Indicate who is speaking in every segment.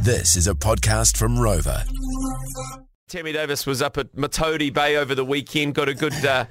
Speaker 1: This is a podcast from Rover.
Speaker 2: Tammy Davis was up at Matodi Bay over the weekend. Got a good, uh,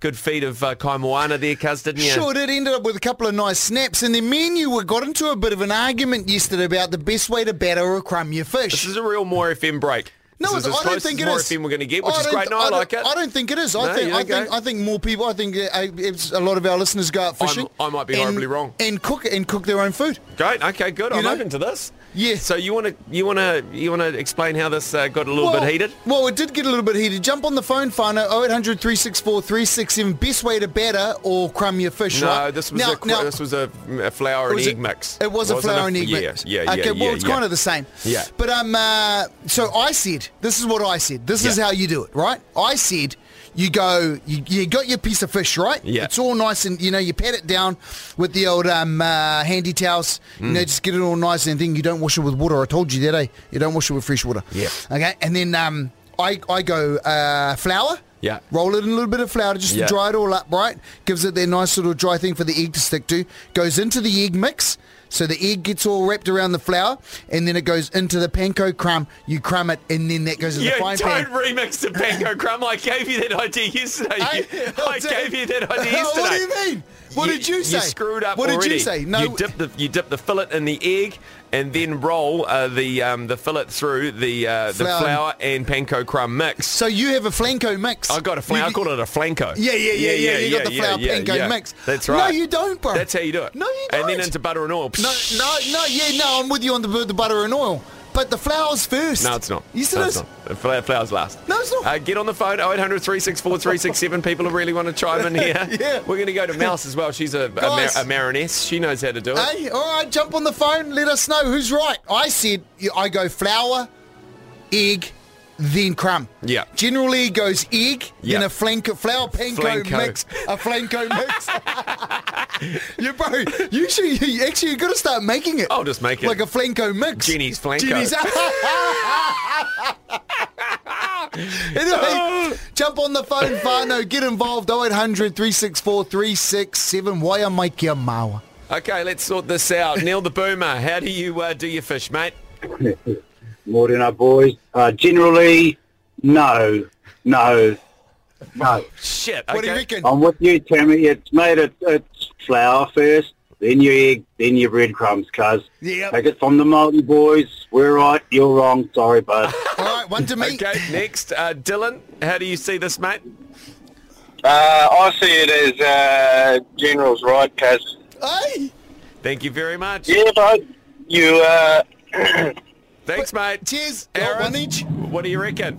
Speaker 2: good feed of uh, kaimoana there, cuz, didn't you?
Speaker 3: Sure did. Ended up with a couple of nice snaps, and then me and you were got into a bit of an argument yesterday about the best way to batter or crumb your
Speaker 2: This
Speaker 3: fish.
Speaker 2: is a real more FM break.
Speaker 3: No,
Speaker 2: this is
Speaker 3: I
Speaker 2: as
Speaker 3: don't
Speaker 2: close
Speaker 3: think
Speaker 2: as
Speaker 3: it
Speaker 2: more
Speaker 3: is.
Speaker 2: FM we're going to get, which
Speaker 3: I
Speaker 2: is
Speaker 3: don't-
Speaker 2: great. No, I,
Speaker 3: don't-
Speaker 2: like it.
Speaker 3: I don't think it is.
Speaker 2: No,
Speaker 3: I think
Speaker 2: you
Speaker 3: I
Speaker 2: okay?
Speaker 3: think I think more people. I think uh, uh, it's a lot of our listeners go out fishing.
Speaker 2: I might be
Speaker 3: and-
Speaker 2: horribly wrong.
Speaker 3: And cook and cook their own food.
Speaker 2: Great. Okay, good.
Speaker 3: You
Speaker 2: I'm
Speaker 3: know?
Speaker 2: open to this.
Speaker 3: Yeah.
Speaker 2: So you want to, you want to, you want to explain how this uh, got a little bit heated?
Speaker 3: Well, it did get a little bit heated. Jump on the phone, Fano, 0800 364 367. Best way to batter or crumb your fish,
Speaker 2: No,
Speaker 3: right?
Speaker 2: this was
Speaker 3: Now-
Speaker 2: a qu-
Speaker 3: now-
Speaker 2: this was a, mm, a flour
Speaker 3: It
Speaker 2: and
Speaker 3: was
Speaker 2: egg
Speaker 3: a-
Speaker 2: mix.
Speaker 3: It was a
Speaker 2: Wasn't
Speaker 3: flour and egg
Speaker 2: yeah,
Speaker 3: mix.
Speaker 2: Yeah, yeah,
Speaker 3: okay,
Speaker 2: yeah.
Speaker 3: well, it's
Speaker 2: yeah.
Speaker 3: kind of the same.
Speaker 2: Yeah.
Speaker 3: But um, uh, so I said, this is what I said. This is
Speaker 2: Yeah.
Speaker 3: how you do it, right? I said, you go, you, you got your piece of fish, right?
Speaker 2: Yeah.
Speaker 3: It's all nice and you know you pat it down with the old um, uh, handy towels.
Speaker 2: Mm.
Speaker 3: You know, just get it all nice and then you don't wash it with water. I told you that, eh? You don't wash it with fresh water.
Speaker 2: Yeah.
Speaker 3: Okay, and then um, I I go uh, flour.
Speaker 2: Yeah.
Speaker 3: Roll it in a little bit of flour just
Speaker 2: Yeah.
Speaker 3: to dry it all up, right? Gives it their nice little dry thing for the egg to stick to. Goes into the egg mix. So the egg gets all wrapped around the flour and then it goes into the panko crumb. You crumb it and then that goes in
Speaker 2: You
Speaker 3: the fine
Speaker 2: don't
Speaker 3: pan.
Speaker 2: remix the panko crumb. I gave you that idea yesterday.
Speaker 3: Hey,
Speaker 2: You-
Speaker 3: oh,
Speaker 2: I
Speaker 3: dude.
Speaker 2: gave you that idea yesterday.
Speaker 3: what do you mean? What did you say?
Speaker 2: You screwed up.
Speaker 3: What did
Speaker 2: already.
Speaker 3: you say? No.
Speaker 2: You dip the you dip the fillet in the egg, and then roll uh, the um, the fillet through the uh, the
Speaker 3: Flour.
Speaker 2: flour and panko crumb mix.
Speaker 3: so you have a flanco mix.
Speaker 2: I got a flanco. I
Speaker 3: You-
Speaker 2: called it a flanco.
Speaker 3: Yeah, yeah, yeah, yeah. You got the flour panko mix.
Speaker 2: That's
Speaker 3: No,
Speaker 2: right.
Speaker 3: you don't, bro.
Speaker 2: That's how you do it.
Speaker 3: No, you
Speaker 2: And then
Speaker 3: don't.
Speaker 2: into butter and oil.
Speaker 3: No, no, no, yeah, no, I'm with you on the, the butter and oil. But the flour's first.
Speaker 2: No, it's not.
Speaker 3: Yes, it
Speaker 2: no, It's
Speaker 3: is.
Speaker 2: not. The fla- Flowers last.
Speaker 3: No, it's not.
Speaker 2: Uh, get on the phone, 0800 364 367. People who really want to chime in here.
Speaker 3: Yeah.
Speaker 2: We're going to go to Mouse as well. She's a, a, mar-
Speaker 3: Guys.
Speaker 2: a mariness. She knows how to do it.
Speaker 3: Hey, all right, jump on the phone. Let us know who's right. I said I go flour, egg, then crumb.
Speaker 2: Yeah.
Speaker 3: Generally, it goes egg,
Speaker 2: Yeah.
Speaker 3: then a flanco, flour panko
Speaker 2: Flanco.
Speaker 3: mix, a flanco mix. you bro, you should you, actually you got to start making it.
Speaker 2: I'll just make it.
Speaker 3: like a flanco mix.
Speaker 2: Oh, Jenny's flanco.
Speaker 3: Jenny's. anyway, jump on the phone, Fano. Get involved. 0800 364 367. Waya Maikia Mawa.
Speaker 2: Okay, let's sort this out. Neil the Boomer, how do you uh, do your fish, mate?
Speaker 4: Morning, up, boys. Uh, generally, no, no, no.
Speaker 2: Shit.
Speaker 3: What do you
Speaker 2: okay.
Speaker 3: reckon?
Speaker 4: I'm with you, Tammy. It's made it. It's flour first, then your egg, then your breadcrumbs, cuz.
Speaker 3: Yep.
Speaker 4: Take it from the multi boys. We're right. You're wrong. Sorry, bud.
Speaker 3: All right, one to me.
Speaker 2: Okay, next, uh, Dylan, how do you see this, mate?
Speaker 5: Uh, I see it as uh, General's right, Kaz.
Speaker 3: Hey,
Speaker 2: Thank you very much.
Speaker 5: Yeah, but you, uh,
Speaker 2: Thanks, mate.
Speaker 3: cheers.
Speaker 2: Aaron?
Speaker 3: Got one each.
Speaker 2: What do you reckon?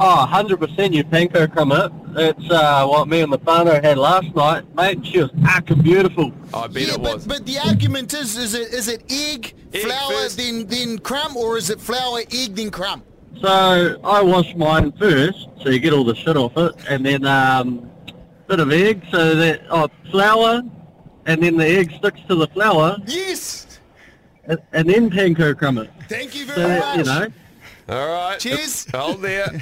Speaker 6: Oh, 100% you panko crumb it. It's uh, what me and the whānau had last night. Mate, she was fucking beautiful.
Speaker 2: I bet
Speaker 3: yeah,
Speaker 2: it was.
Speaker 3: but, but the argument is, is it is it egg,
Speaker 2: Egg
Speaker 3: flour,
Speaker 2: first.
Speaker 3: then then crumb, or is it flour, egg, then crumb?
Speaker 6: So I washed mine first, so you get all the shit off it, and then um, bit of egg, so that oh, flour, and then the egg sticks to the flour,
Speaker 3: Yes.
Speaker 6: and, and then panko crumb it.
Speaker 3: Thank you
Speaker 6: So
Speaker 3: very
Speaker 6: that,
Speaker 3: much.
Speaker 6: you know,
Speaker 2: All right.
Speaker 3: Cheers.
Speaker 2: Hold there.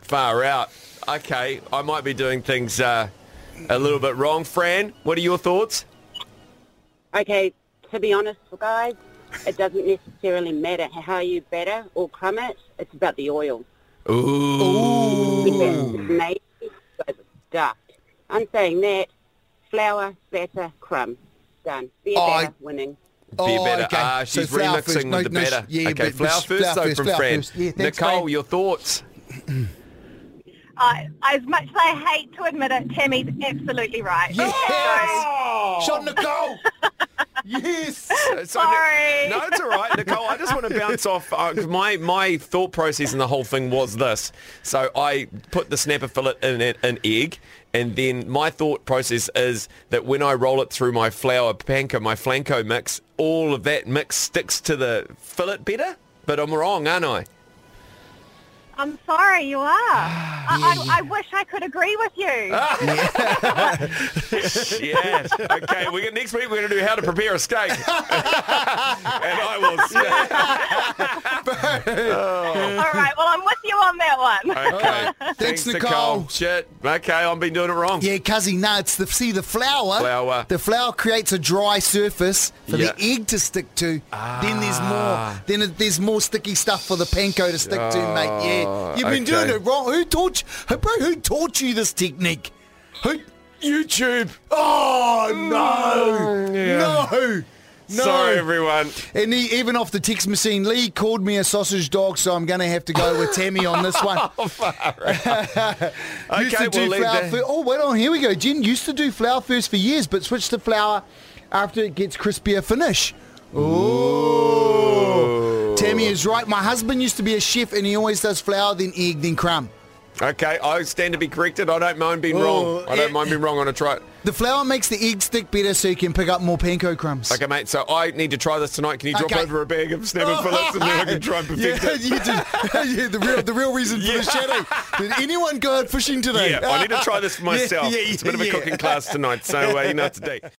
Speaker 2: Far out. Okay, I might be doing things uh, a little bit wrong. Fran, what are your thoughts?
Speaker 7: Okay, to be honest, guys, it doesn't necessarily matter how you batter or crumb it. It's about the oil.
Speaker 2: Ooh.
Speaker 7: If
Speaker 3: Mm.
Speaker 7: it's amazing, it's stuffed. I'm saying that flour, batter, crumb. Done. Be a
Speaker 3: Oh,
Speaker 7: batter,
Speaker 3: I-
Speaker 7: winning.
Speaker 2: Be
Speaker 3: Oh,
Speaker 2: better.
Speaker 3: okay.
Speaker 2: Ah,
Speaker 3: So
Speaker 2: she's
Speaker 3: flour
Speaker 2: remixing
Speaker 3: first.
Speaker 2: with
Speaker 3: No,
Speaker 2: the
Speaker 3: no,
Speaker 2: better.
Speaker 3: yeah,
Speaker 2: okay,
Speaker 3: but-
Speaker 2: flour
Speaker 3: but
Speaker 2: first
Speaker 3: flour
Speaker 2: though
Speaker 3: first,
Speaker 2: from
Speaker 3: flour
Speaker 2: Fran.
Speaker 3: first. Yeah, thanks,
Speaker 2: Nicole,
Speaker 3: Fran.
Speaker 2: your thoughts?
Speaker 8: I, as much as I hate to admit it, Tammy's absolutely right.
Speaker 3: Yes.
Speaker 2: Oh.
Speaker 3: Shot Nicole. yes.
Speaker 2: So- so-
Speaker 8: Sorry.
Speaker 2: No, it's all right, Nicole. I just want to bounce off. Uh, 'cause my my thought process in the whole thing was this. So I put the snapper fillet in an, an egg, and then my thought process is that when I roll it through my flour panko, my flanco mix, all of that mix sticks to the fillet better. But I'm wrong, aren't I?
Speaker 8: I'm sorry, you are.
Speaker 3: Ah,
Speaker 8: I, I, I wish I could agree with you.
Speaker 2: Yeah. okay. We're gonna, next week we're going to do how to prepare a steak, and I will.
Speaker 8: All right, well, I'm with you on that one. one.
Speaker 2: Okay.
Speaker 3: Thanks, Nicole.
Speaker 2: Shit. Okay, I've been doing it wrong.
Speaker 3: Yeah, cousin, no, it's the see the flour.
Speaker 2: Flour.
Speaker 3: The flour creates a dry surface for the
Speaker 2: Yeah. Ah.
Speaker 3: egg to stick to. Then there's more. Then it- there's more sticky stuff for the panko to stick to, mate. Yeah, you've been doing
Speaker 2: Oh, okay.
Speaker 3: it wrong. Who taught you, hey, bro? Who taught you this technique? Who?
Speaker 2: YouTube.
Speaker 3: Oh no, no, no.
Speaker 2: Mm. Sorry, everyone.
Speaker 3: And he, even off the text machine, Lee called me a sausage dog, so I'm going to have to go with Tammy on this one.
Speaker 2: Oh,
Speaker 3: used
Speaker 2: Okay,
Speaker 3: to do
Speaker 2: we'll leave
Speaker 3: flour
Speaker 2: that.
Speaker 3: fir- Oh, wait on. Here we go. Jen used to do flour first for years, but switched to flour after it gets crispier finish. Ooh. Tammy is right. My husband used to be a chef, and he always does flour, then egg, then crumb.
Speaker 2: Okay, I stand to be corrected. I don't mind being wrong.
Speaker 3: Oh,
Speaker 2: I don't
Speaker 3: yeah.
Speaker 2: mind being wrong on a try.
Speaker 3: The flour makes the egg stick better, so you can pick up more panko crumbs.
Speaker 2: Okay, mate, so I need to try this tonight. Can you drop
Speaker 3: Okay. Oh.
Speaker 2: over a bag of snapper fillets and then I can try and perfect
Speaker 3: yeah,
Speaker 2: it?
Speaker 3: you did. yeah, the real, the real reason for
Speaker 2: Yeah.
Speaker 3: the shadow. Did anyone go out fishing today?
Speaker 2: Yeah, I need to try this for
Speaker 3: Yeah,
Speaker 2: myself.
Speaker 3: yeah,
Speaker 2: it's a bit of a
Speaker 3: yeah, yeah.
Speaker 2: cooking class tonight, so uh, you know what to do.